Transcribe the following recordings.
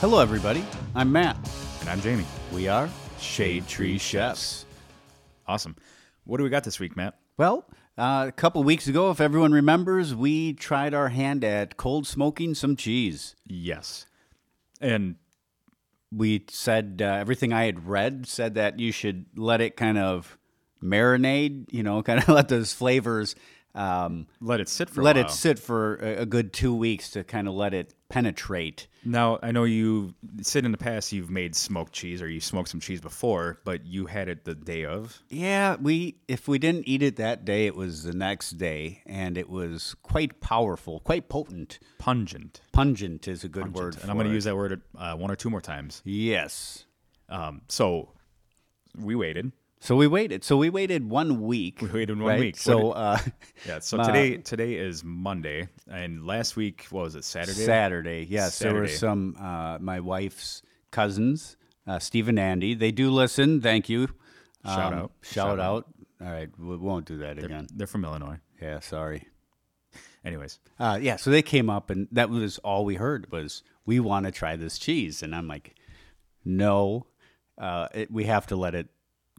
Hello, everybody. I'm Matt. And I'm Jamie. We are Shade Tree Chefs. Awesome. What do we got this week, Matt? Well, uh, a couple weeks ago, if everyone remembers, we tried our hand at cold smoking some cheese. Yes. And We said uh, everything I had read said that you should let it kind of marinate, you know, kind of let those flavors um, let it sit for let a it while. sit for a, a good two weeks to kind of let it penetrate. Now, I know you said in the past you've made smoked cheese or you smoked some cheese before, but you had it the day of. Yeah, we if we didn't eat it that day, it was the next day, and it was quite powerful, quite potent. Pungent. Pungent is a good word. And I'm going for to it. use that word uh, one or two more times. Yes. Um, so we waited. So we waited. So we waited one week. We waited one right? week. So uh, Yeah. So today today is Monday. And last week, what was it, Saturday? Saturday, yes, there were Saturday. some uh, my wife's cousins, uh, Steve and Andy. They do listen. Thank you. Shout Um, out. Shout, out. All right, we won't do that again. They're from Illinois. Yeah, sorry. Anyways. Uh, yeah, so they came up, and that was all we heard was we want to try this cheese, and I'm like, no, uh, it, we have to let it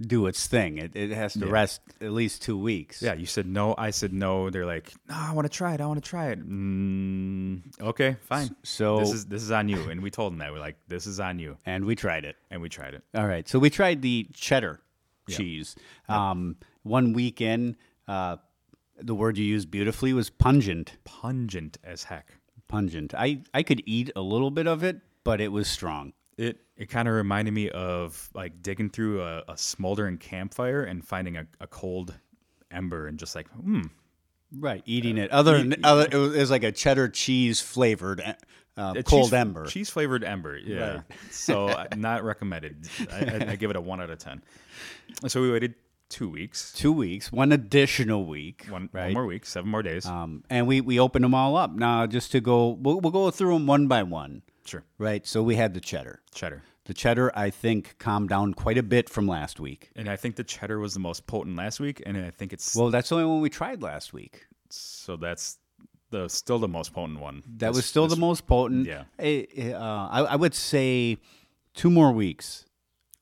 do its thing. It, it has to rest at least two weeks. Yeah, you said no. I said no. They're like, no, I want to try it. I want to try it. Mm, okay, fine. so- this is this is on you. And we told them that we're like, this is on you. and we tried it. And we tried it. All right. So we tried the cheddar cheese. Um, one week in, uh, the word you used beautifully was pungent. Pungent as heck. Pungent. I, I could eat a little bit of it, but it was strong. It it kind of reminded me of like digging through a, a smoldering campfire and finding a, a cold ember and just like, hmm, Right. Uh, Eating it. Other than other, it, was, it was like a cheddar cheese flavored uh, a cold cheese- ember. cheese flavored ember. Yeah. so uh, not recommended. I, I, I give it a one out of ten. So we waited two weeks, Two weeks, one additional week. one, one more week, seven more days. Um, and we, we opened them all up. Now, just to go, we'll, we'll go through them one by one. sure, Right. So we had the cheddar. cheddar. The cheddar, I think, calmed down quite a bit from last week. And I think the cheddar was the most potent last week, and I think it's Well, that's the only one we tried last week. so that's the still the most potent one. That was still the most potent. yeah. Eh, eh, uh, I, I would say two more weeks.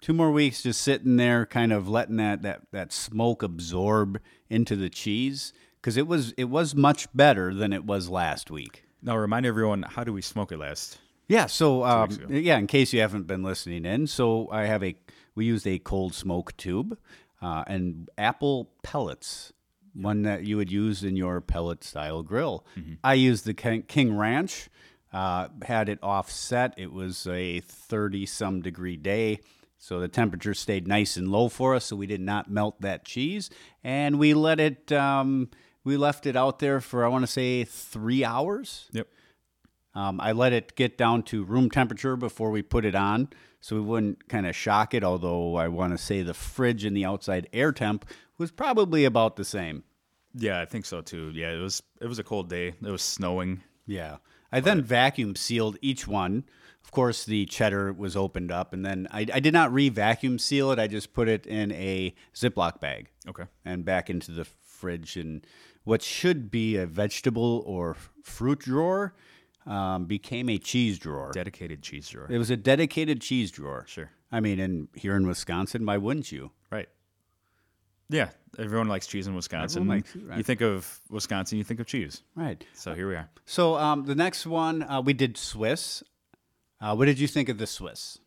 Two more weeks just sitting there, kind of letting that, that, that smoke absorb into the cheese. Because it was, it was much better than it was last week. Now remind everyone, how do we smoke it last? Yeah. So, um, yeah, in case you haven't been listening in, so I have a, we used a cold smoke tube uh, and apple pellets, one that you would use in your pellet style grill. I used the King, King Ranch, uh, had it offset. It was a 30 some degree day. So the temperature stayed nice and low for us, so we did not melt that cheese, and we let it. Um, we left it out there for I want to say three hours. Yep. Um, I let it get down to room temperature before we put it on, so we wouldn't kind of shock it. Although I want to say the fridge and the outside air temp was probably about the same. Yeah, I think so too. Yeah, it was it was a cold day. It was snowing. Yeah. I then vacuum sealed each one. Of course, the cheddar was opened up, and then I, I did not re vacuum seal it. I just put it in a Ziploc bag Okay. and back into the fridge and what should be a vegetable or fruit drawer um, became a cheese drawer. Dedicated cheese drawer. It was a dedicated cheese drawer. Sure. I mean, and here in Wisconsin, why wouldn't you? Right. Yeah, everyone likes cheese in Wisconsin. Everyone likes- right. You think of Wisconsin, you think of cheese. Right. So here we are. So um, the next one uh, we did Swiss. Uh, what did you think of the Swiss?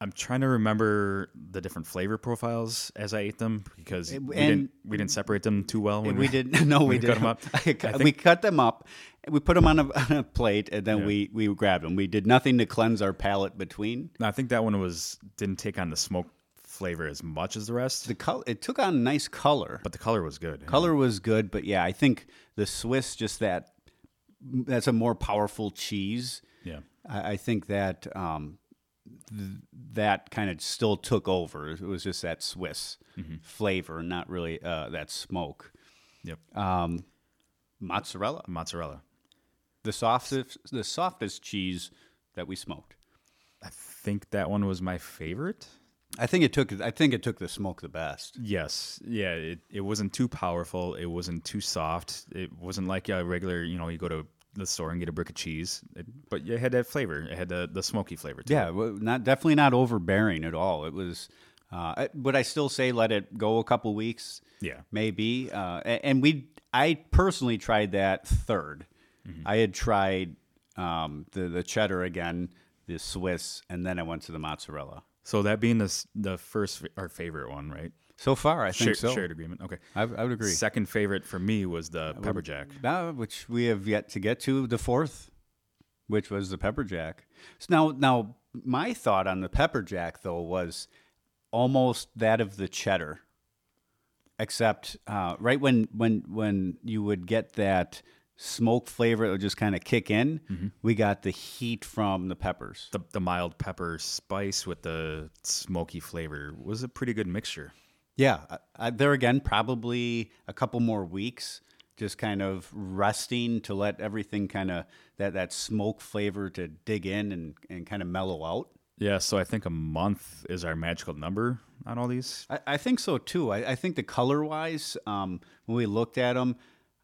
I'm trying to remember the different flavor profiles as I ate them because we and- didn't we didn't separate them too well. When We didn't. No, we we cut didn't. 'em up. I cut- we cut them up. and We put them on a, on a plate, and then we we grabbed them. We did nothing to cleanse our palate between. No, I think that one was didn't take on the smoke flavor as much as the rest, The color it took on a nice color. but the color was good. color was good, but yeah, I think the Swiss just that that's a more powerful cheese. Yeah. I, I think that um, th- that kind of still took over. It was just that Swiss flavor, not really uh, that smoke. Yep. Um, mozzarella, Mozzarella. the softest, the softest cheese that we smoked. I think that one was my favorite. I think it took. I think it took the smoke the best. Yes. Yeah. It, it wasn't too powerful. It wasn't too soft. It wasn't like a regular, you know, you go to the store and get a brick of cheese. It, but it had that flavor. It had the, the smoky flavor to it. Yeah, well, not definitely not overbearing at all. It was. Uh, I- would I still say let it go a couple weeks? Yeah. maybe. Uh, a- and we, I personally tried that 3rd I had tried um, the the cheddar again, the Swiss, and then I went to the mozzarella. So that being the s- the first f- our favorite one, right? So far, I think Shared- so. Shared agreement. Okay. I, I would agree. Second favorite for me was the pepper jack. Now, which we have yet to get to the fourth, which was the pepper jack. So now, now my thought on the pepper jack though was almost that of the cheddar, except uh, right when when when you would get that smoke flavor that would just kind of kick in, we got the heat from the peppers. The, the mild pepper spice with the smoky flavor was a pretty good mixture. Yeah, I, I, there again, probably a couple more weeks, just kind of resting to let everything kind of that that smoke flavor to dig in and, and kind of mellow out. Yeah, so I think a month is our magical number on all these. I, I think so too. I, I think the color wise, um, when we looked at them,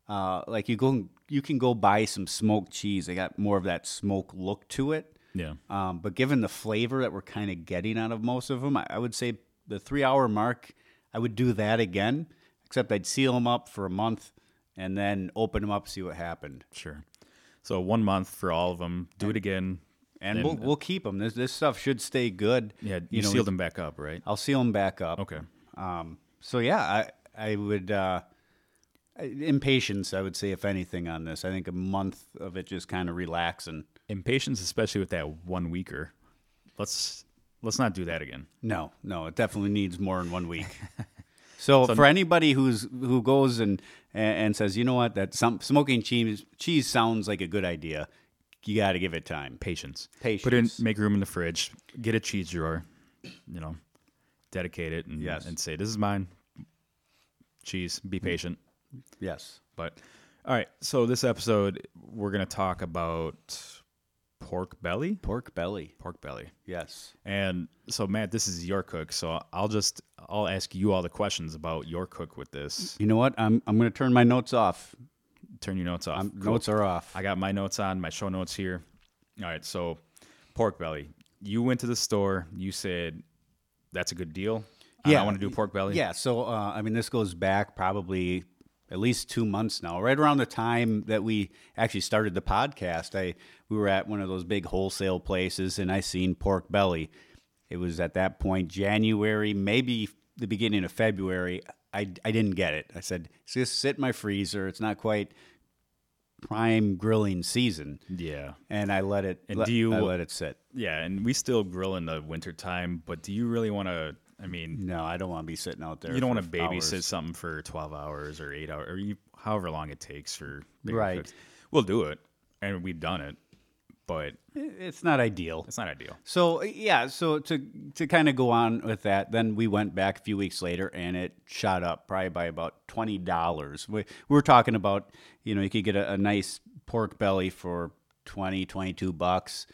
uh, like you go, you can go buy some smoked cheese. They got more of that smoke look to it. Yeah. Um, but given the flavor that we're kind of getting out of most of them, I, I would say the three hour mark, I would do that again, except I'd seal them up for a month and then open them up, see what happened. Sure. So one month for all of them. Do it again. And, we'll, we'll keep them. This, this stuff should stay good. Yeah, you, know, sealed them back up, right? I'll seal them back up. Okay. Um, so yeah, I, I would, uh, impatience, I would say, if anything on this, I think a month of it just kind of relaxing. Impatience, especially with that one weeker. Let's let's not do that again. No, no, it definitely needs more than one week. So, for anybody who's who goes and and and says, you know what, that some, smoking cheese cheese sounds like a good idea, you got to give it time. Patience. Put it in, Patience. make room in the fridge. Get a cheese drawer. You know, dedicate it and Yes. and say this is mine. Cheese. Be patient. Yes, But all right. So this episode, we're gonna talk about pork belly. pork belly. Pork belly. Yes, And so Matt, this is your cook. So I'll just I'll ask you all the questions about your cook with this. you know what? I'm I'm gonna turn my notes off. Turn your notes off. Cool. Notes are off. I got my notes on my show notes here. All right, so pork belly. You went to the store. You said that's a good deal. and I Yeah. want to do pork belly. Yeah, so uh, I mean, this goes back probably at least two months now. Right around the time that we actually started the podcast, I we were at one of those big wholesale places, and I seen pork belly. It was at that point January, maybe the beginning of February. I, I didn't get it. I said, it's just sit in my freezer. It's not quite prime grilling season. yeah, And I let it And let- do you- I let it sit. yeah. And we still grill in the wintertime, but do you really want to? I mean, No, I don't want to be sitting out there. you don't for want to hours. babysit something for twelve hours or eight hours or you, however long it takes for bigger Right. cooks. We'll do it, and we've done it, but It's not ideal. it's not ideal. So uh, yeah, so to to kind of go on with that, then we went back a few weeks later, and it shot up probably by about twenty dollars. We, we were talking about you know you could get a, a nice pork belly for 20, 22 bucks.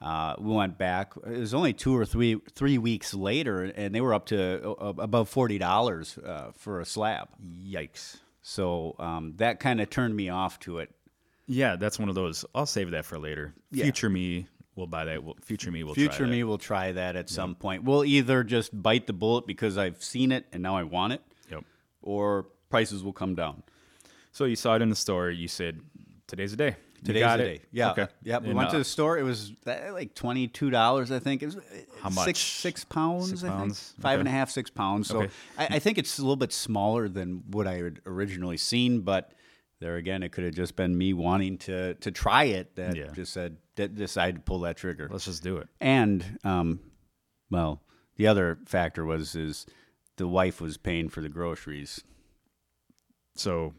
Uh, we went back. It was only two or three three weeks later, and they were up to uh, above forty dollars uh, for a slab. Yikes. So um, that kind of turned me off to it. Yeah, that's one of those. I'll save that for later. Future me will buy that. Will- Future me will Future try me will try that at some point. We'll either just bite the bullet because I've seen it and now I want it, That. Yep. or prices will come down. So you saw it in the store. You said, "Today's the day." You Today's got the it. day. Yeah. Okay. Yeah. We And, went to uh, the store. It was uh, like twenty two dollars, I think. It was uh, How much? Six six pounds, Six I think. pounds? Five Okay. and a half, six pounds. So Okay. I, I think it's a little bit smaller than what I had originally seen, but there again, it could have just been me wanting to to try it that Yeah. just said that decided to pull that trigger. Let's just do it. and um, well, the other factor was is the wife was paying for the groceries, So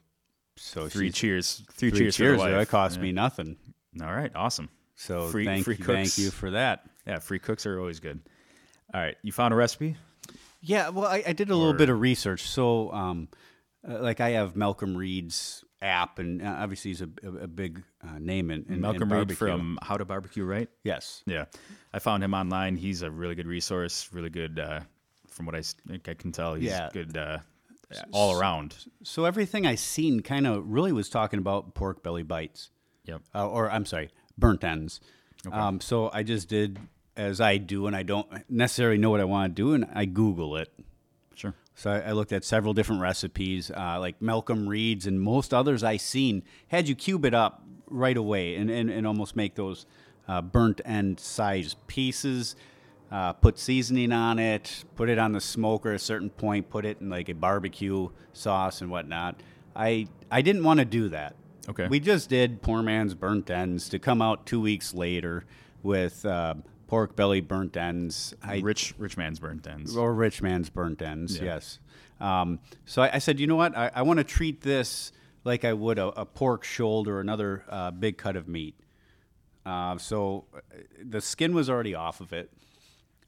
so three she's- cheers. Three, three cheers, for the though, wife. It cost me nothing. All right. Awesome. So Free- thank free you, thank cooks. you for that. Yeah, free cooks are always good. All right, you found a recipe? Yeah, well, I, I did a little bit of research. So, um, uh, like, I have Malcolm Reed's app, and uh, obviously he's a, a, a big uh, name in, in in Malcolm Reed barbecue. from How to Barbecue Right. yes, Yeah, I found him online. He's a really good resource. Really good, uh, from what I s- think I can tell. He's Yeah. good uh, all around. So everything I seen kind of really was talking about pork belly bites, Yep. uh, or I'm sorry, burnt ends. Um, so I just did as I do, and I don't necessarily know what I want to do, and I Google it. Sure. So I, I looked at several different recipes, uh, like Malcolm Reed's and most others I seen had you cube it up right away and, and, and almost make those uh, burnt end size pieces. Uh, put seasoning on it, put it on the smoker at a certain point, put it in like a barbecue sauce and whatnot. I I didn't want to do that. Okay. We just did poor man's burnt ends to come out two weeks later with uh, pork belly burnt ends. I rich, rich man's burnt ends. or rich man's burnt ends. Yes. Um, so I, I said, you know what? I, I want to treat this like I would a, a pork shoulder or another uh, big cut of meat. Uh, so uh, the skin was already off of it.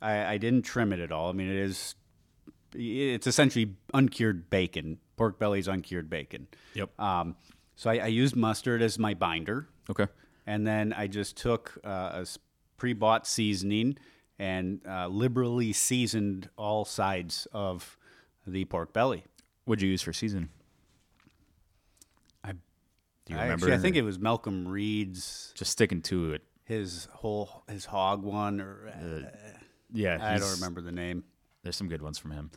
I, I didn't trim it at all. I mean, it is. It's essentially uncured bacon. Pork belly's uncured bacon. Yep. Um, so I, I used mustard as my binder. okay. And then I just took uh, a s- pre-bought seasoning and uh, liberally seasoned all sides of the pork belly. What'd you use for season? I. Do you I remember? actually, I think it was Malcolm Reed's just sticking to it. his whole his hog one, or uh, Yeah, I don't he's- remember the name. There's some good ones from him.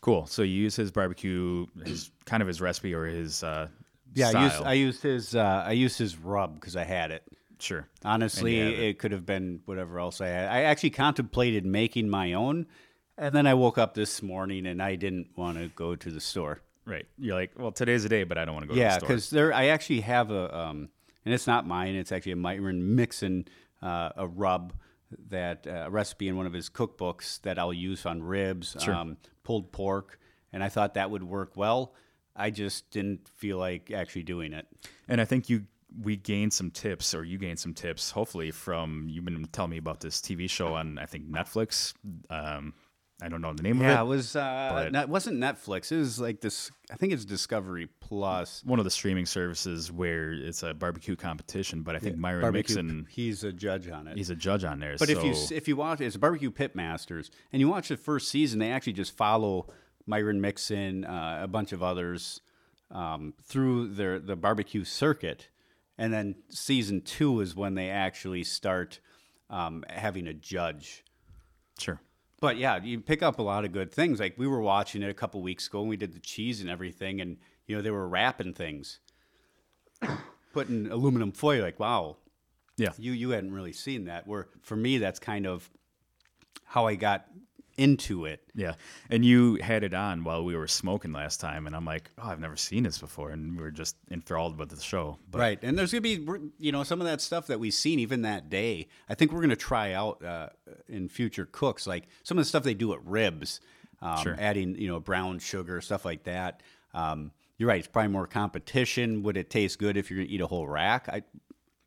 Cool. So you use his barbecue, his kind of his recipe or his uh, Yeah, I used, style. I used his uh, I used his rub because I had it. sure. Honestly, And you it. have could have been whatever else I had. I actually contemplated making my own, and then I woke up this morning and I didn't want to go to the store. Right. You're like, well, today's the day, but I don't want to go Yeah, to the store. because there, I actually have a, um, and it's not mine. It's actually a Myron Mixon, uh, a rub that uh, a recipe in one of his cookbooks that I'll use on ribs, um, pulled pork, and I thought that would work well. I just didn't feel like actually doing it. And I think you we gained some tips, or you gained some tips, hopefully from you've been telling me about this TV show on I think Netflix. Um, I don't know the name Yeah, it of it. was. Uh, not, it wasn't Netflix. It was like this. I think it's Discovery Plus. One of the streaming services where it's a barbecue competition, but I think Myron Barbecue. Mixon He's a judge on it. he's a judge on there. But so if you s- if you watch it's barbecue pit masters and you watch the first season, they actually just follow Myron Mixon, uh, a bunch of others um, through their the barbecue circuit, and then season two is when they actually start um, having a judge. sure, But yeah, you pick up a lot of good things. Like we were watching it a couple weeks ago, and we did the cheese and everything, and you know they were wrapping things, putting aluminum foil. Like wow, yeah, you you hadn't really seen that. Where for me, that's kind of how I got into it. Yeah. And you had it on while we were smoking last time. And I'm like, oh, I've never seen this before. And we were just enthralled with the show. But Right, and there's gonna be we're- you know some of that stuff that we've seen even that day. I think we're gonna try out uh, in future cooks, like some of the stuff they do at ribs, um, adding you know brown sugar stuff like that. Um, you're right; it's probably more competition. Would it taste good if you're gonna eat a whole rack? I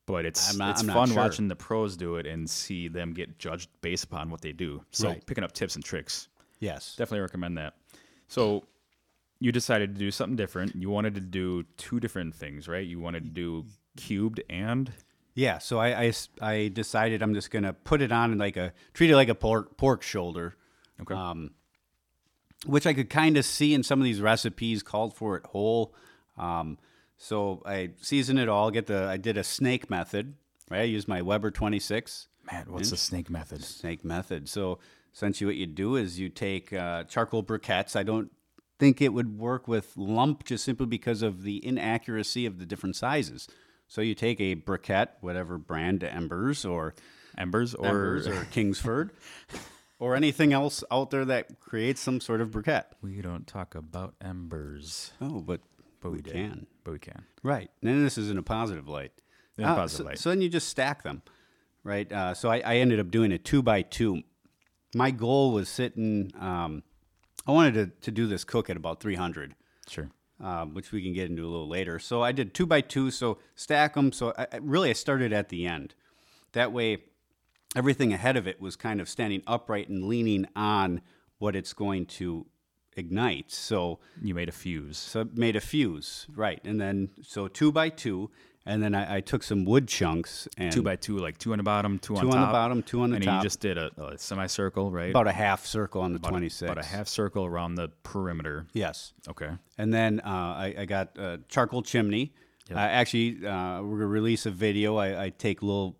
but it's I'm not- it's I'm not fun sure. watching the pros do it and see them get judged based upon what they do. So Right. picking up tips and tricks. yes, Definitely recommend that. So you decided to do something different. You wanted to do two different things, right? You wanted to do cubed and Yeah, so I, I s- I decided I'm just gonna put it on like a treat it like a pork pork shoulder. Okay. Um, which I could kind of see in some of these recipes called for it whole. Um, so I season it all. Get the I did a snake method. Right, I used my Weber 26 man, what's the snake method? snake method. So essentially, what you do is you take uh, charcoal briquettes. I don't think it would work with lump just simply because of the inaccuracy of the different sizes. So you take a briquette, whatever brand, Embers or Embers or Embers or Kingsford, or anything else out there that creates some sort of briquette. we don't talk about embers, Oh, but but we, we did. can. But we can. Right. And this is in a positive light. In a Ah, positive so, light. So then you just stack them, right? Uh, so I, I ended up doing a two by two. My goal was sitting, um, I wanted to, to do this cook at about 300, Sure. um, which we can get into a little later. So I did two by two, so stack them. So I, I- really, I started at the end. That way, everything ahead of it was kind of standing upright and leaning on what it's going to ignite. So You made a fuse. so it made a fuse, right? And then so two by two, and then I, I took some wood chunks and Two by two, like two on the bottom, two, Two on top. on the bottom, two on the and top. you just did a, a semicircle, right? about a half circle on the twenty six. About a half circle around the perimeter. Yes. Okay. And then uh, I, I got uh, charcoal chimney. Uh, actually, uh, we're gonna release a video. I, I take little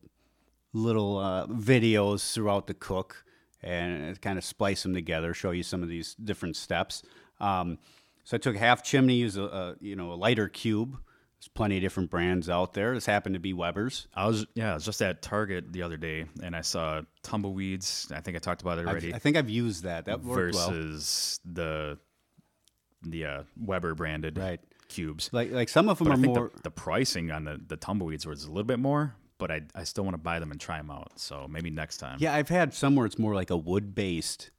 little uh, videos throughout the cook and kind of splice them together. Show you some of these different steps. Um, so I took half chimney, used a, a you know a lighter cube. There's plenty of different brands out there. This happened to be Weber's. I was yeah, I was just at Target the other day and I saw tumbleweeds. I think I talked about it already. I think I've used that. That worked well. versus the the uh, Weber branded Right. cubes. Like like some of them But I are think more. the, the pricing on the, the tumbleweeds was a little bit more, but I, I still want to buy them and try them out. So maybe next time. Yeah, I've had some where it's more like a wood based,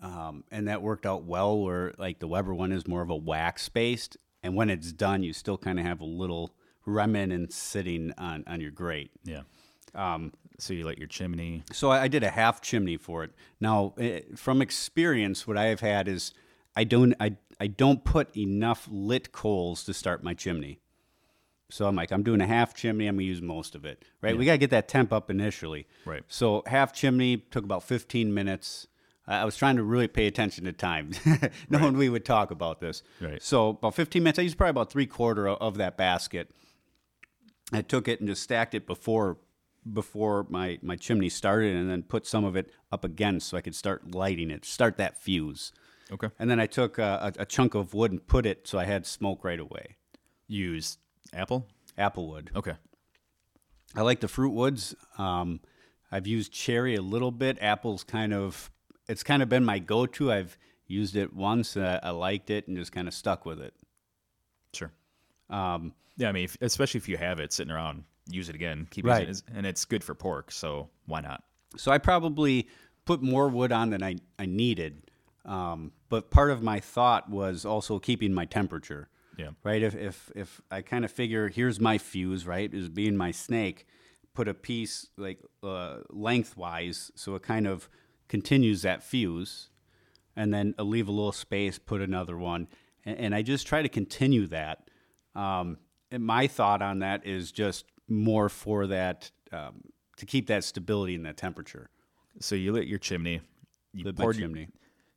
um, and that worked out well. Where like the Weber one is more of a wax based, and when it's done, you still kind of have a little remnant sitting on on your grate. Yeah. Um, so you light your chimney. So I, I did a half chimney for it. Now, eh, from experience, what I have had is I don't I I don't put enough lit coals to start my chimney. So I'm like, I'm doing a half chimney. I'm gonna use most of it, right? We gotta get that temp up initially, Right. So half chimney took about 15 minutes. I I was trying to really pay attention to time, knowing we would talk about this. Right. So about 15 minutes. I used probably about three quarter o- of that basket. I took it and just stacked it before before my my chimney started, and then put some of it up against so I could start lighting it, start that fuse. Okay. And then I took a, a, a chunk of wood and put it so I had smoke right away. Use apple. Apple wood. Okay. I like the fruit woods. Um, I've used cherry a little bit. Apple's kind of it's kind of been my go-to. I've used it once. Uh, I liked it and just kind of stuck with it. Sure. Um, yeah, I mean, if, especially if you have it sitting around, use it again. Keep Right. using it, and it's good for pork, so why not? So I probably put more wood on than I, I needed. Um, but part of my thought was also keeping my temperature. Yeah. Right. If if, if I kind of figure here's my fuse, right, is being my snake, put a piece like uh, lengthwise, so it kind of continues that fuse, and then I'll leave a little space, put another one, and, and I just try to continue that. Um, and my thought on that is just more for that um, to keep that stability and that temperature. So you lit your chimney. You Lit my poured chimney,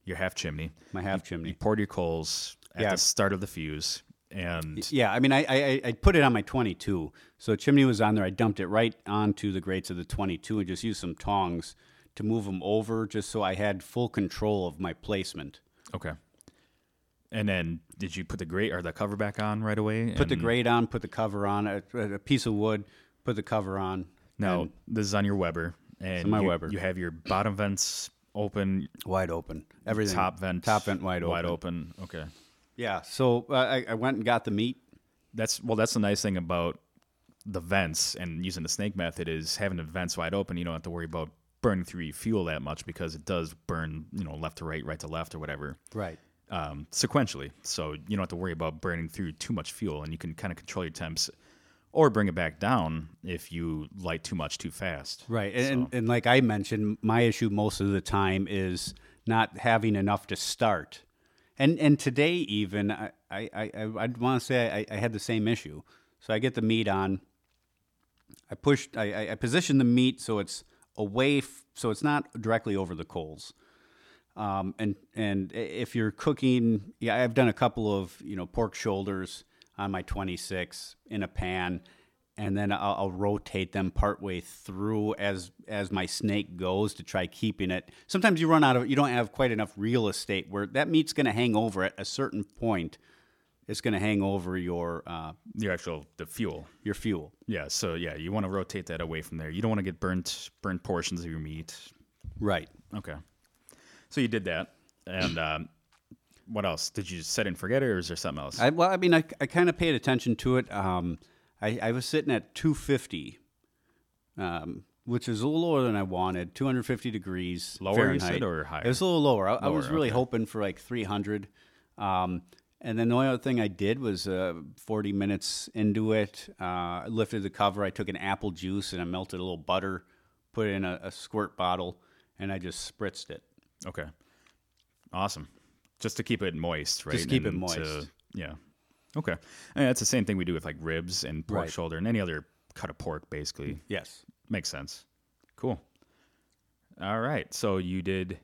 your half chimney. my half You chimney. poured your coals at Yeah. the start of the fuse, and Yeah, I mean, I, I I- I put it on my 22, so chimney was on there. I dumped it right onto the grates of the 22 and just used some tongs to move them over, just so I had full control of my placement. okay. And then did you put the grate or the cover back on right away? Put the grate on, put the cover on, a, a piece of wood, put the cover on. No, this is on your Weber, and my you, Weber. You have your bottom vents open, wide open, everything top vent, top vent wide open. wide open. Okay. Yeah, so uh, I, I went and got the meat. that's well that's the nice thing about the vents and using the snake method is having the vents wide open you don't have to worry about burning through your fuel that much because it does burn you know left to right right to left or whatever Right. um, sequentially so you don't have to worry about burning through too much fuel and you can kind of control your temps or bring it back down if you light too much too fast Right. And, and, and like I mentioned, my issue most of the time is not having enough to start. And and today even I I, I I'd want to say I, I had the same issue. So I get the meat on. I pushed I, I- I positioned the meat so it's away f- so it's not directly over the coals. Um, and and i- if you're cooking, yeah, I've done a couple of you know pork shoulders on my 26 in a pan, and then I'll, I'll rotate them partway through as as my snake goes to try keeping it. Sometimes you run out of you don't have quite enough real estate where that meat's going to hang over at a certain point. It's going to hang over your uh, your actual the fuel your fuel. yeah so yeah you want to rotate that away from there you don't want to get burnt burnt portions of your meat Right. Okay. So you did that, and um, what else? Did you set and forget it, or is there something else? I, well, I mean, I, I kind of paid attention to it. Um, I, I was sitting at 250, um, which is a little lower than I wanted, 250 degrees Lower, you Fahrenheit. said, or higher? It was a little lower. I, I was Lower, really hoping for like 300. Um, And then the only other thing I did was uh, 40 minutes into it, uh, I lifted the cover. I took an apple juice and I melted a little butter, put it in a, a squirt bottle, and I just spritzed it. Okay. Awesome. Just to keep it moist, right? Just keep it And moist. to- yeah. Okay. And that's the same thing we do with like ribs and pork Right. shoulder and any other cut of pork, basically. Yes. Makes sense. Cool. All right. So you did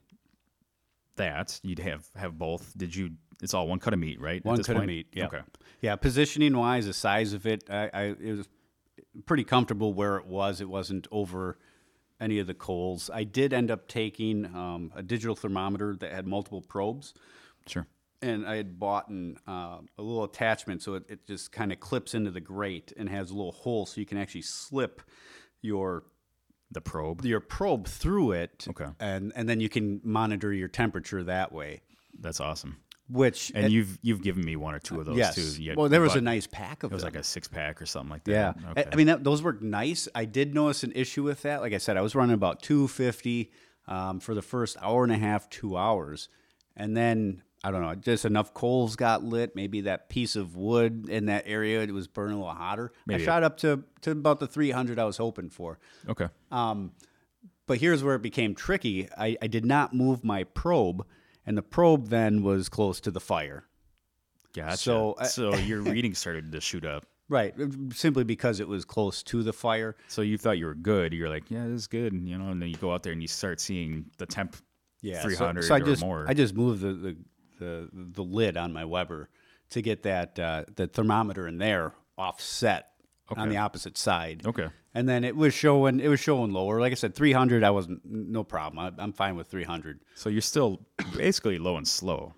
that. You'd have have both. Did you? It's all one cut of meat, right? at One this cut of point? meat. Yeah. Okay. Yeah. Positioning wise, the size of it, I, I it was pretty comfortable where it was. It wasn't over any of the coals. I did end up taking um, a digital thermometer that had multiple probes, Sure. and I had bought an, uh, a little attachment so it, it just kind of clips into the grate and has a little hole so you can actually slip your The probe. your probe through it. Okay. And and then you can monitor your temperature that way. That's awesome. Which And you've you've given me one or two of those yes. too. You- well, there you was bought- a nice pack of it was them. like a six pack or something like Yeah. that. I- Okay. I mean, that, those were nice. I did notice an issue with that. Like I said, I was running about 250 um, for the first hour and a half, two hours. And then, I don't know, just enough coals got lit. Maybe that piece of wood in that area, it was burning a little hotter. Maybe. I shot up to, to about the 300 I was hoping for. okay. But here's where it became tricky. I, I did not move my probe, and the probe then was close to the fire. Gotcha. so So, I- so your reading started to shoot up. Right, simply because it was close to the fire. So you thought you were good. You're like, yeah, this is good, and, you know. And then you go out there and you start seeing the temp, yeah, so- three hundred so, I or just, more. I just moved the, the the the lid on my Weber to get that uh, the thermometer in there offset on Okay. the opposite side. okay. And then it was showing it was showing lower. Like I said, 300 I wasn't no problem. I, I'm fine with 300. So you're still basically low and slow.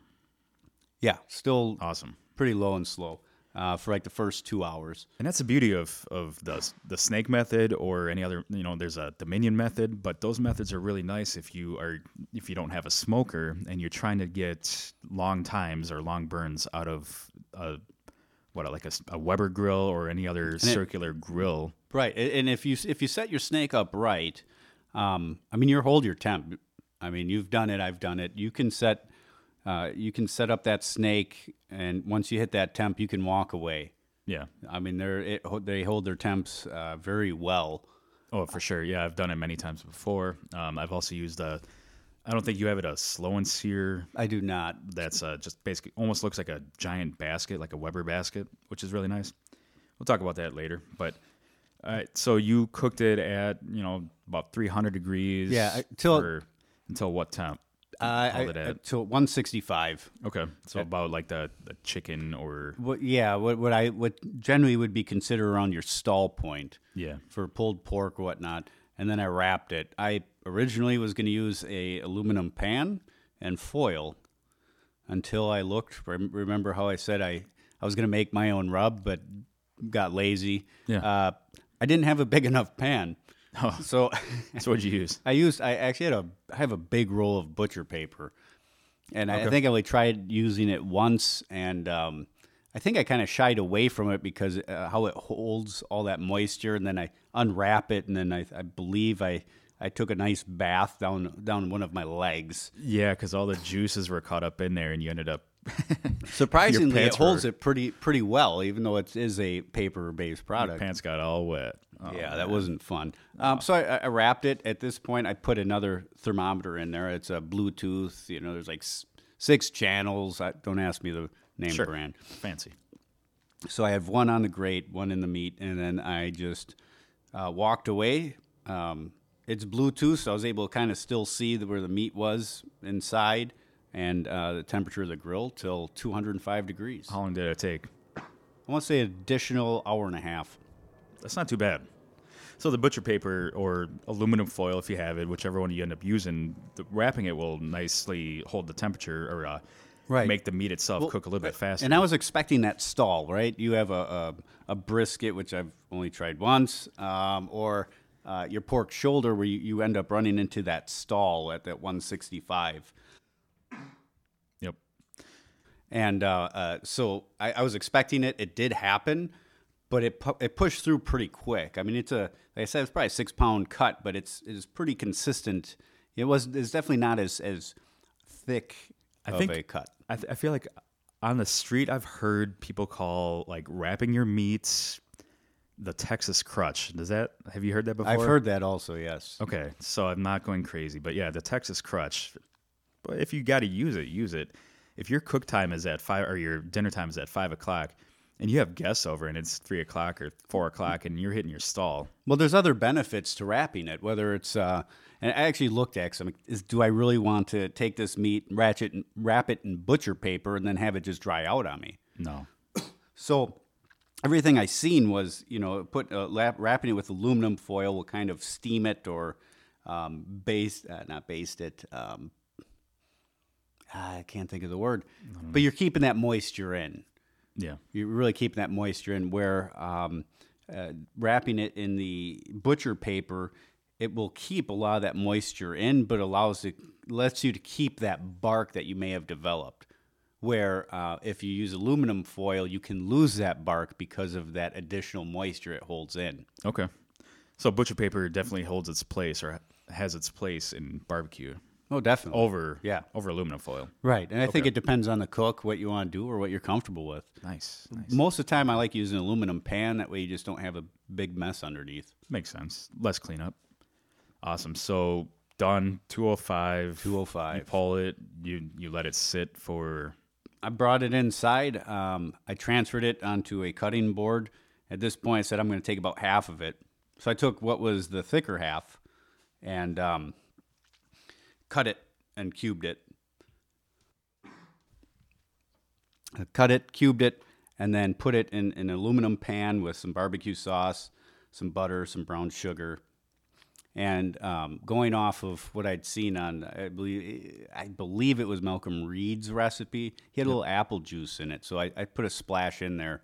Yeah, still Awesome. pretty low and slow uh, for like the first 2 hours. And that's the beauty of of the the snake method or any other you know there's a Dominion method, but those methods are really nice if you are if you don't have a smoker and you're trying to get long times or long burns out of a what like a, s- a Weber grill or any other circular grill. Right. a- And if you if you set your snake up right, um, I mean, you hold your temp. I mean, you've done it. I've done it. You can set uh, you can set up that snake, and once you hit that temp, you can walk away. Yeah. I mean, they're it, ho- they hold their temps uh, very well. Oh, for sure. Yeah, I've done it many times before. Um, I've also used a. I don't think you have it a slow and sear I do not. that's uh, just basically almost looks like a giant basket, like a Weber basket, which is really nice. We'll talk about that later. But all right, so you cooked it at you know about 300 degrees. Yeah, I- till- for- until what temp? Uh, Hold it at- to 165. Okay, so about like the, the chicken or What? Yeah. What? What I what generally would be considered around your stall point. yeah. for pulled pork or whatnot, and then I wrapped it. I originally was going to use a aluminum pan and foil until I looked. rem- Remember how I said I I was going to make my own rub, but got lazy. Yeah. Oh. Uh, I didn't have a big enough pan, so So what'd you use? I used. I actually had a. I have a big roll of butcher paper, and I I think I only tried using it once, and um, I think I kind of shied away from it because uh, how it holds all that moisture, and then I unwrap it, and then I, I believe I I took a nice bath down down one of my legs. Yeah, because all the juices were caught up in there, and you ended up. Surprisingly, it pants holds it pretty pretty well, even though it is a paper based product. Pants got all wet. Oh, yeah, that wasn't fun. Um, so I, I wrapped it. At this point, I put another thermometer in there. It's a Bluetooth. You know, there's like s- six channels. I, don't ask me the name Sure. brand. Fancy. So I have one on the grate, one in the meat, and then I just uh, walked away. Um, it's Bluetooth, so I was able to kind of still see the, where the meat was inside and uh, the temperature of the grill till 205 degrees. How long did it take? I want to say an additional hour and a half. That's not too bad. So the butcher paper or aluminum foil, if you have it, whichever one you end up using, the wrapping it will nicely hold the temperature or uh, Right. make the meat itself cook a little bit faster. And I was expecting that stall, right? You have a, a, a brisket, which I've only tried once, um, or uh, your pork shoulder, where you, you end up running into that stall at that 165. yep. And uh, uh, so I, I was expecting it. It did happen, but it pu- it pushed through pretty quick. I mean, it's a like I said, it's probably a six pound cut, but it's it's pretty consistent. It was it's definitely not as as thick of think- a cut. I, th- I feel like on the street, I've heard people call like wrapping your meat the Texas crutch. Does that have you heard that before? I've heard that also. Yes. Okay, so I'm not going crazy, but yeah, the Texas crutch. But if you got to use it, use it. If your cook time is at five or your dinner time is at five o'clock, and you have guests over and it's three o'clock or four o'clock, and you're hitting your stall, Well, there's other benefits to wrapping it, whether it's uh, and I actually looked at some. Is do I really want to take this meat, ratchet, and wrap it in butcher paper, and then have it just dry out on me? no, So everything I seen was, you know, put uh, lap, wrapping it with aluminum foil will kind of steam it or um, baste, uh, not baste it. Um, ah, I can't think of the word, but you're keeping that moisture in. yeah, You're really keeping that moisture in. Where um, uh, wrapping it in the butcher paper, it will keep a lot of that moisture in, but allows it lets you to keep that bark that you may have developed. Where uh, if you use aluminum foil, you can lose that bark because of that additional moisture it holds in. okay. So butcher paper definitely holds its place or has its place in barbecue Oh, definitely. over Yeah. over aluminum foil. Right, and I think it depends on the cook what you want to do or what you're comfortable with. Nice, nice. Most of the time, I like using aluminum pan. That way, you just don't have a big mess underneath. Makes sense. Less cleanup. Awesome. So done. Two oh five. You 205. pull it. You you let it sit for. I brought it inside. Um, I transferred it onto a cutting board. At this point, I said I'm going to take about half of it. So I took what was the thicker half and um, cut it and cubed it. I cut it, cubed it, and then put it in an aluminum pan with some barbecue sauce, some butter, some brown sugar, and um, going off of what I'd seen on, I believe, I believe it was Malcolm Reed's recipe. He had a little apple juice in it, so I, I put a splash in there,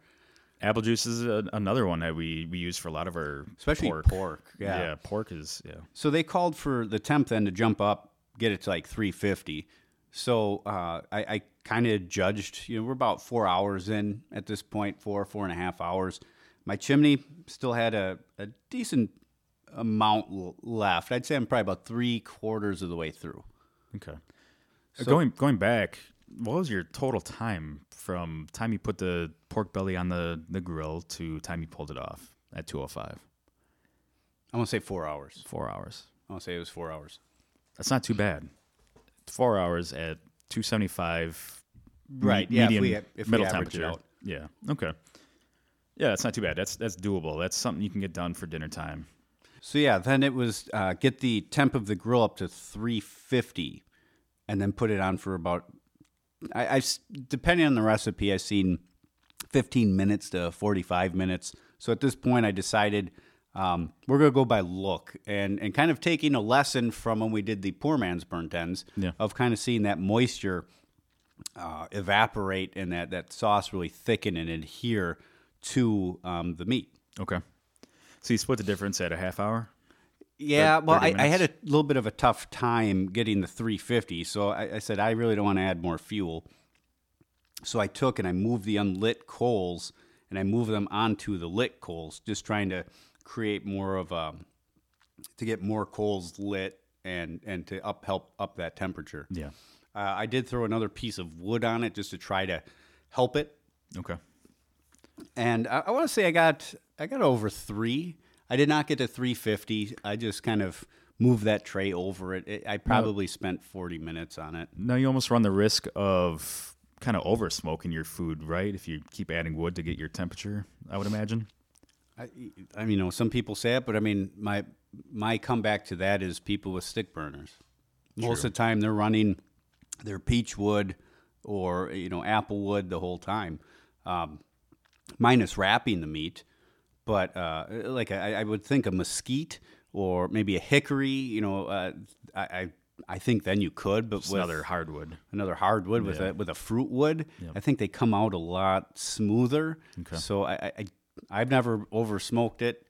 Apple juice is a, another one that we we use for a lot of our especially pork. pork. Yeah. Yeah. pork is yeah. So they called for the temp then to jump up, get it to like 350. So uh, I, I kind of judged. You know, we're about four hours in at this point, four four and a half hours. My chimney still had a, a decent amount l- left. I'd say I'm probably about three quarters of the way through. Okay. going going back, what was your total time from time you put the pork belly on the the grill to time you pulled it off at two oh five? I want to say four hours. Four hours. I want to say it was four hours. That's not too bad. Four hours at two seventy five. Right, yeah, if we- if we middle average it temperature. out. Yeah. Okay. Yeah, that's not too bad. That's that's doable. That's something you can get done for dinner time. So yeah, then it was uh, get the temp of the grill up to 350, and then put it on for about. I, I've s- depending on the recipe, I've seen 15 minutes to 45 minutes. So at this point, I decided um, we're gonna go by look and and kind of taking a lesson from when we did the poor man's burnt ends Yeah. of kind of seeing that moisture uh, evaporate and that that sauce really thicken and adhere to um, the meat. Okay. So you split the difference at a half hour. Yeah, well, 30 I, I had a little bit of a tough time getting the 350, so I, I said I really don't want to add more fuel. So I took and I moved the unlit coals and I moved them onto the lit coals, just trying to create more of a to get more coals lit and and to up help up that temperature. Yeah. Uh, I did throw another piece of wood on it just to try to help it Okay. and I, I want to say I got I got over three. I did not get to 350. I just kind of moved that tray over it. it I probably spent 40 minutes on it. Now you almost run the risk of kind of over smoking your food, right? If you keep adding wood to get your temperature, I would imagine. I, I mean, you know, some people say it, but I mean, my my comeback to that is people with stick burners. Most of the time, they're running their peach wood or you know apple wood the whole time, um, minus wrapping the meat. But uh, like I, I would think a mesquite or maybe a hickory. You know, uh, I, I I think then you could, but It's with another hardwood. another hardwood with a with a fruit wood. I think they come out a lot smoother. So I, I- I I've never over smoked it.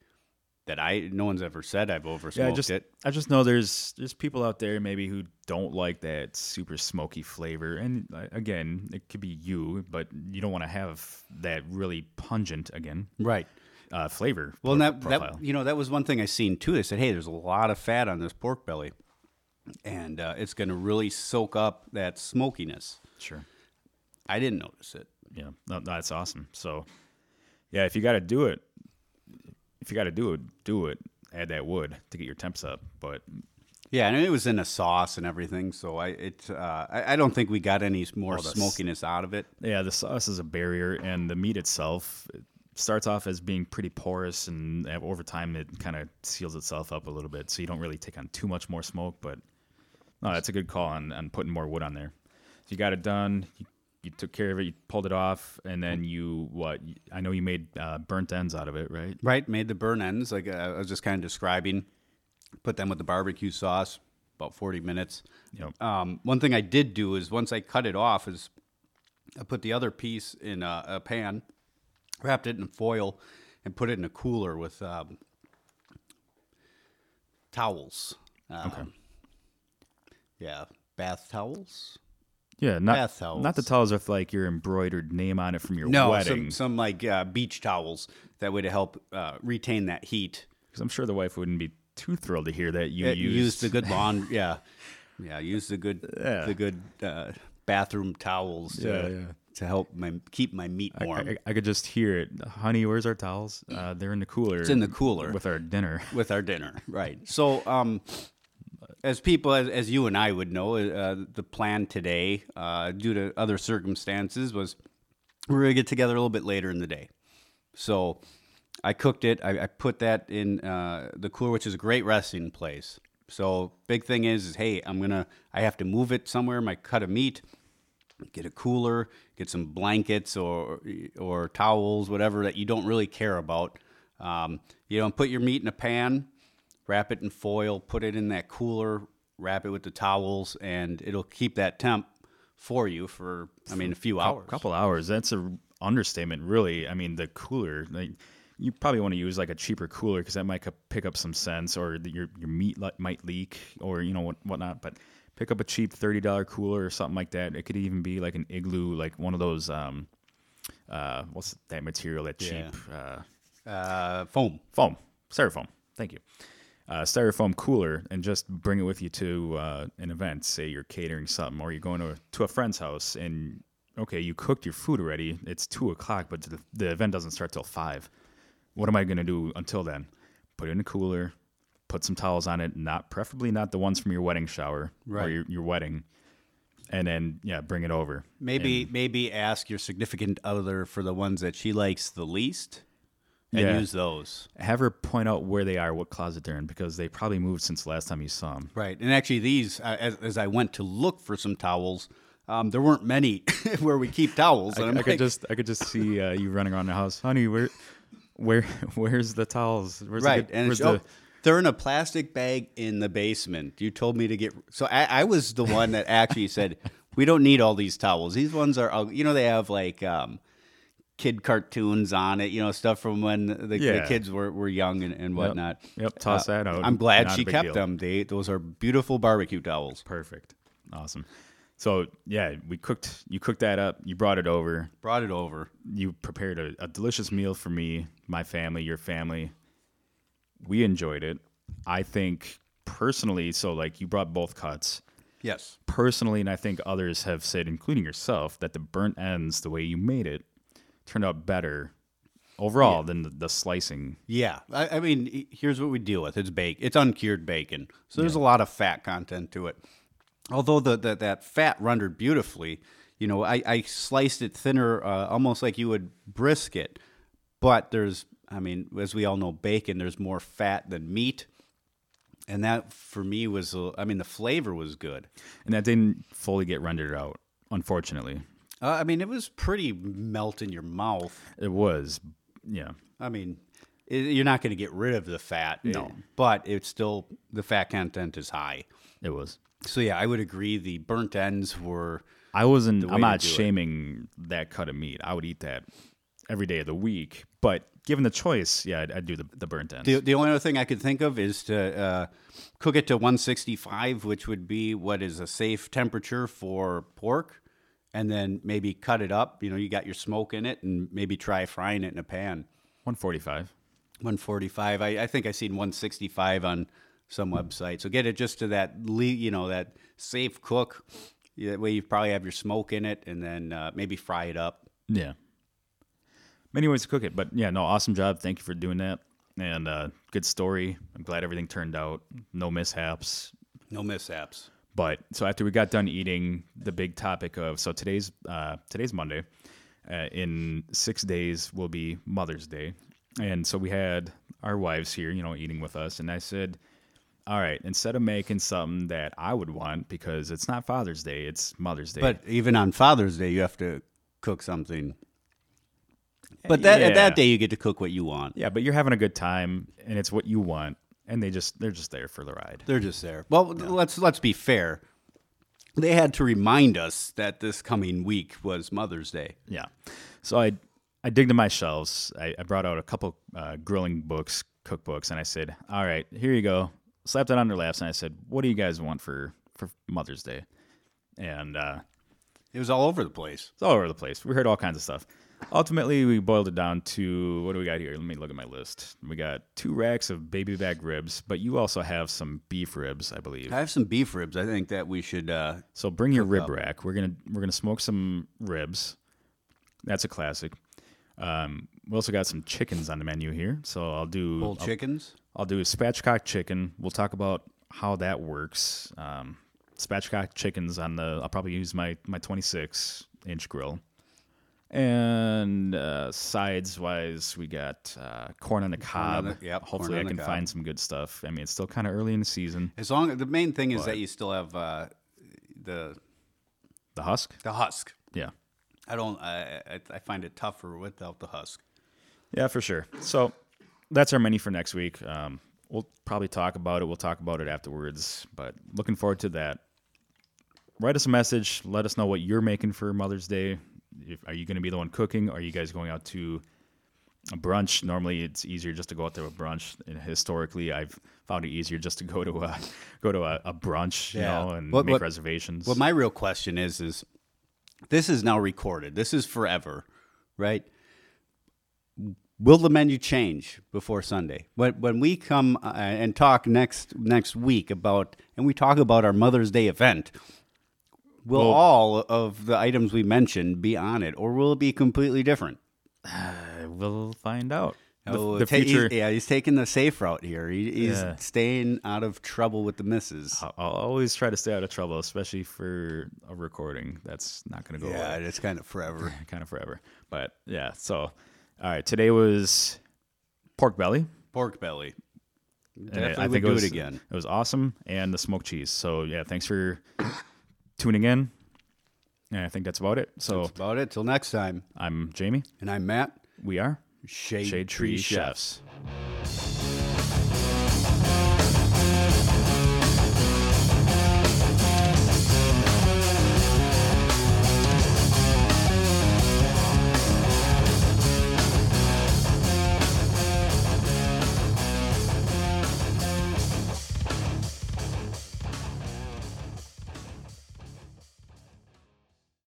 That I no one's ever said I've over smoked Yeah, I just it. I just know there's there's people out there maybe who don't like that super smoky flavor, and uh, again, it could be you, but you don't want to have that really pungent again Right. uh, flavor. Well, and that, profile. that you know that was one thing I seen too. They said, "Hey, there's a lot of fat on this pork belly, and uh, it's going to really soak up that smokiness." sure. I didn't notice it. Yeah, no, that's awesome. So, yeah, if you got to do it, if you got to do it, do it. Add that wood to get your temps up. But Yeah, and it was in a sauce and everything, so I it uh, I, I don't think we got any more that's- smokiness out of it. yeah, the sauce is a barrier, and the meat itself it starts off as being pretty porous, and uh, over time it kind of seals itself up a little bit, so you don't really take on too much more smoke. But no, that's a good call on, on putting more wood on there. So you got it done. You, you took care of it. You pulled it off, and then you what? you- I know you made uh, burnt ends out of it, right? Right, made the burn ends like uh, I was just kind of describing. Put them with the barbecue sauce, about forty minutes. Yep. Um, one thing I did do is once I cut it off, is I put the other piece in a, a pan, wrapped it in foil, and put it in a cooler with um, towels. Um, okay. Yeah, bath towels. Yeah, not Bath towels. not the towels with like your embroidered name on it from your No, wedding. some some like uh, beach towels that would help uh, retain that heat. Because I'm sure the wife wouldn't be too thrilled to hear that you Yeah, used. Uh, use the good lawn. Yeah, yeah. Use the good Yeah. the good uh, bathroom towels to, Yeah, yeah. to help my keep my meat I, warm. I, I could just hear it, honey. Where's our towels? Uh, they're in the cooler. It's in the cooler. with our dinner. with our dinner, right? So, um, as people as, as you and I would know, uh, the plan today, uh, due to other circumstances, was we we're gonna get together a little bit later in the day. So, I cooked it. I, I put that in uh, the cooler, which is a great resting place. So, big thing is, is hey, I'm gonna I have to move it somewhere. My cut of meat. Get a cooler, get some blankets or or towels, whatever that you don't really care about. Um, you know, put your meat in a pan, wrap it in foil, put it in that cooler, wrap it with the towels, and it'll keep that temp for you for I mean a few hours. couple hours. That's a understatement, really. I mean, the cooler. Like, you probably want to use like a cheaper cooler because that might co- pick up some sense, or the, your your meat li- might leak, or you know what whatnot. But pick up a cheap thirty dollar cooler or something like that. It could even be like an igloo, like one of those. Um, uh, what's that material? That cheap. Uh, Uh, foam. foam, styrofoam. Thank you. Uh, styrofoam cooler, and just bring it with you to uh, an event. Say you're catering something, or you're going to to a friend's house, and okay, you cooked your food already. It's two o'clock, but the, the event doesn't start till five. What am I gonna do until then? Put it in a cooler, put some towels on it. Not preferably not the ones from your wedding shower or Right. your, your wedding, and then yeah, bring it over. Maybe maybe ask your significant other for the ones that she likes the least, and Yeah. use those. Have her point out where they are, what closet they're in, because they probably moved since last time you saw them. Right, and actually, these uh, as, as I went to look for some towels, um, there weren't many where we keep towels. And I, am I like, could just I could just see uh, you running around the house, honey. Where, where, where's the towels? Where's right, The, good- and where's it's, the, oh, they're in a plastic bag in the basement. You told me to get so I, I was the one that actually said we don't need all these towels. These ones are ug-" you know they have like um, kid cartoons on it, you know stuff from when the, Yeah. the kids were, were young and, and whatnot. yep, toss that oh, out. Uh, I'm glad Not a she big kept deal. them. They those are beautiful barbecue towels. Perfect, awesome. So yeah, we cooked. You cooked that up. You brought it over. Brought it over. You prepared a, a delicious meal for me, my family, your family. We enjoyed it. I think personally, so like you brought both cuts. Yes. personally, and I think others have said, including yourself, that the burnt ends, the way you made it, turned out better overall than the, the slicing. Yeah, I, I mean, he- here's what we deal with: it's bacon, it's uncured bacon, so there's a lot of fat content to it. Although the, the that fat rendered beautifully, you know, I, I sliced it thinner, uh, almost like you would brisket, but there's, I mean, as we all know, bacon there's more fat than meat, and that for me was, a- I mean, the flavor was good. And that didn't fully get rendered out, unfortunately. Uh, I mean, it was pretty melt in your mouth. It was, yeah. I mean, i you're not going to get rid of the fat, no, but it's still the fat content is high. It was. So yeah, I would agree. The burnt ends were I wasn't, way I'm to not do it. shaming that cut of meat. I would eat that every day of the week. But given the choice, yeah, I'd, I'd do the, the burnt ends. the, the only other thing I could think of is to uh, cook it to 165, which would be what is a safe temperature for pork, and then maybe cut it up. You know, you got your smoke in it, and maybe try frying it in a pan. 145. 145. I, I think I seen 165 on some website. So get it just to that, le- you know, that safe cook That way you probably have your smoke in it and then uh, maybe fry it up. Yeah. Many ways to cook it, but yeah, no, awesome job. Thank you for doing that. And uh, good story. I'm glad everything turned out. No mishaps. No mishaps. But so after we got done eating, the big topic of so today's uh, today's Monday. Uh, in six days will be Mother's Day, and so we had our wives here, you know, eating with us, and I said, "All right, instead of making something that I would want because it's not Father's Day, it's Mother's Day." But even on Father's Day, you have to cook something. But that at Yeah. that day, you get to cook what you want. yeah, but you're having a good time, and it's what you want, and they just they're just there for the ride. They're just there. Well, let's let's be fair. They had to remind us that this coming week was Mother's Day. Yeah. So I I digged in my shelves. I, I brought out a couple uh, grilling books, cookbooks, and I said, "All right, here you go." Slapped it on their laps, and I said, "What do you guys want for for Mother's Day?" And uh, It was all over the place. it's all over the place. We heard all kinds of stuff. Ultimately, we boiled it down to what do we got here? Let me look at my list. We got two racks of baby back ribs, but you also have some beef ribs, I believe. I have some beef ribs. I think that we should. Uh, So bring your rib rack. We're gonna we're gonna smoke some ribs. That's a classic. Um, we also got some chickens on the menu here. So I'll do whole I'll, chickens. I'll do a spatchcock chicken. We'll talk about how that works. Um, spatchcock chickens on the I'll probably use my my 26 inch grill. And uh, sides wise, we got uh, corn on the on cob. the- yep, corn on Hopefully, I the can cob. find some good stuff. I mean, it's still kind of early in the season. As long the main thing is that you still have uh, the The husk, the husk. yeah. I don't. I, I I find it tougher without the husk. Yeah, for sure. So that's our menu for next week. Um, we'll probably talk about it. We'll talk about it afterwards, but looking forward to that. Write us a message. Let us know what you're making for Mother's Day. If, are you going to be the one cooking? Are you guys going out to a brunch? Normally, it's easier just to go out to a brunch. And historically, I've found it easier just to go to a go to a, a brunch, you Yeah. know, and What- make what- reservations. But my real question is: is this is now recorded? This is forever, right? Will the menu change before Sunday? When when we come uh, and talk next next week about and we talk about our Mother's Day event, will all of the items we mentioned be on it, or will it be completely different? we'll find out. The, Oh, the ta- he's- future. yeah, he's taking the safe route here. He, he's Yeah. Oh, staying out of trouble with the misses. I'll I'll always try to stay out of trouble, especially for a recording. That's not going to go yeah, away uh, it's kind of forever. kind of forever. But yeah, so all right, today was pork belly. Pork belly. and Definitely would do was, it again. It was awesome, and the smoked cheese. So yeah, thanks for tuning in. And I think that's about it. So That's about it. Till next time. I'm Jamie. And I'm Matt. We are Shade, Shade Tree Chefs. Chefs.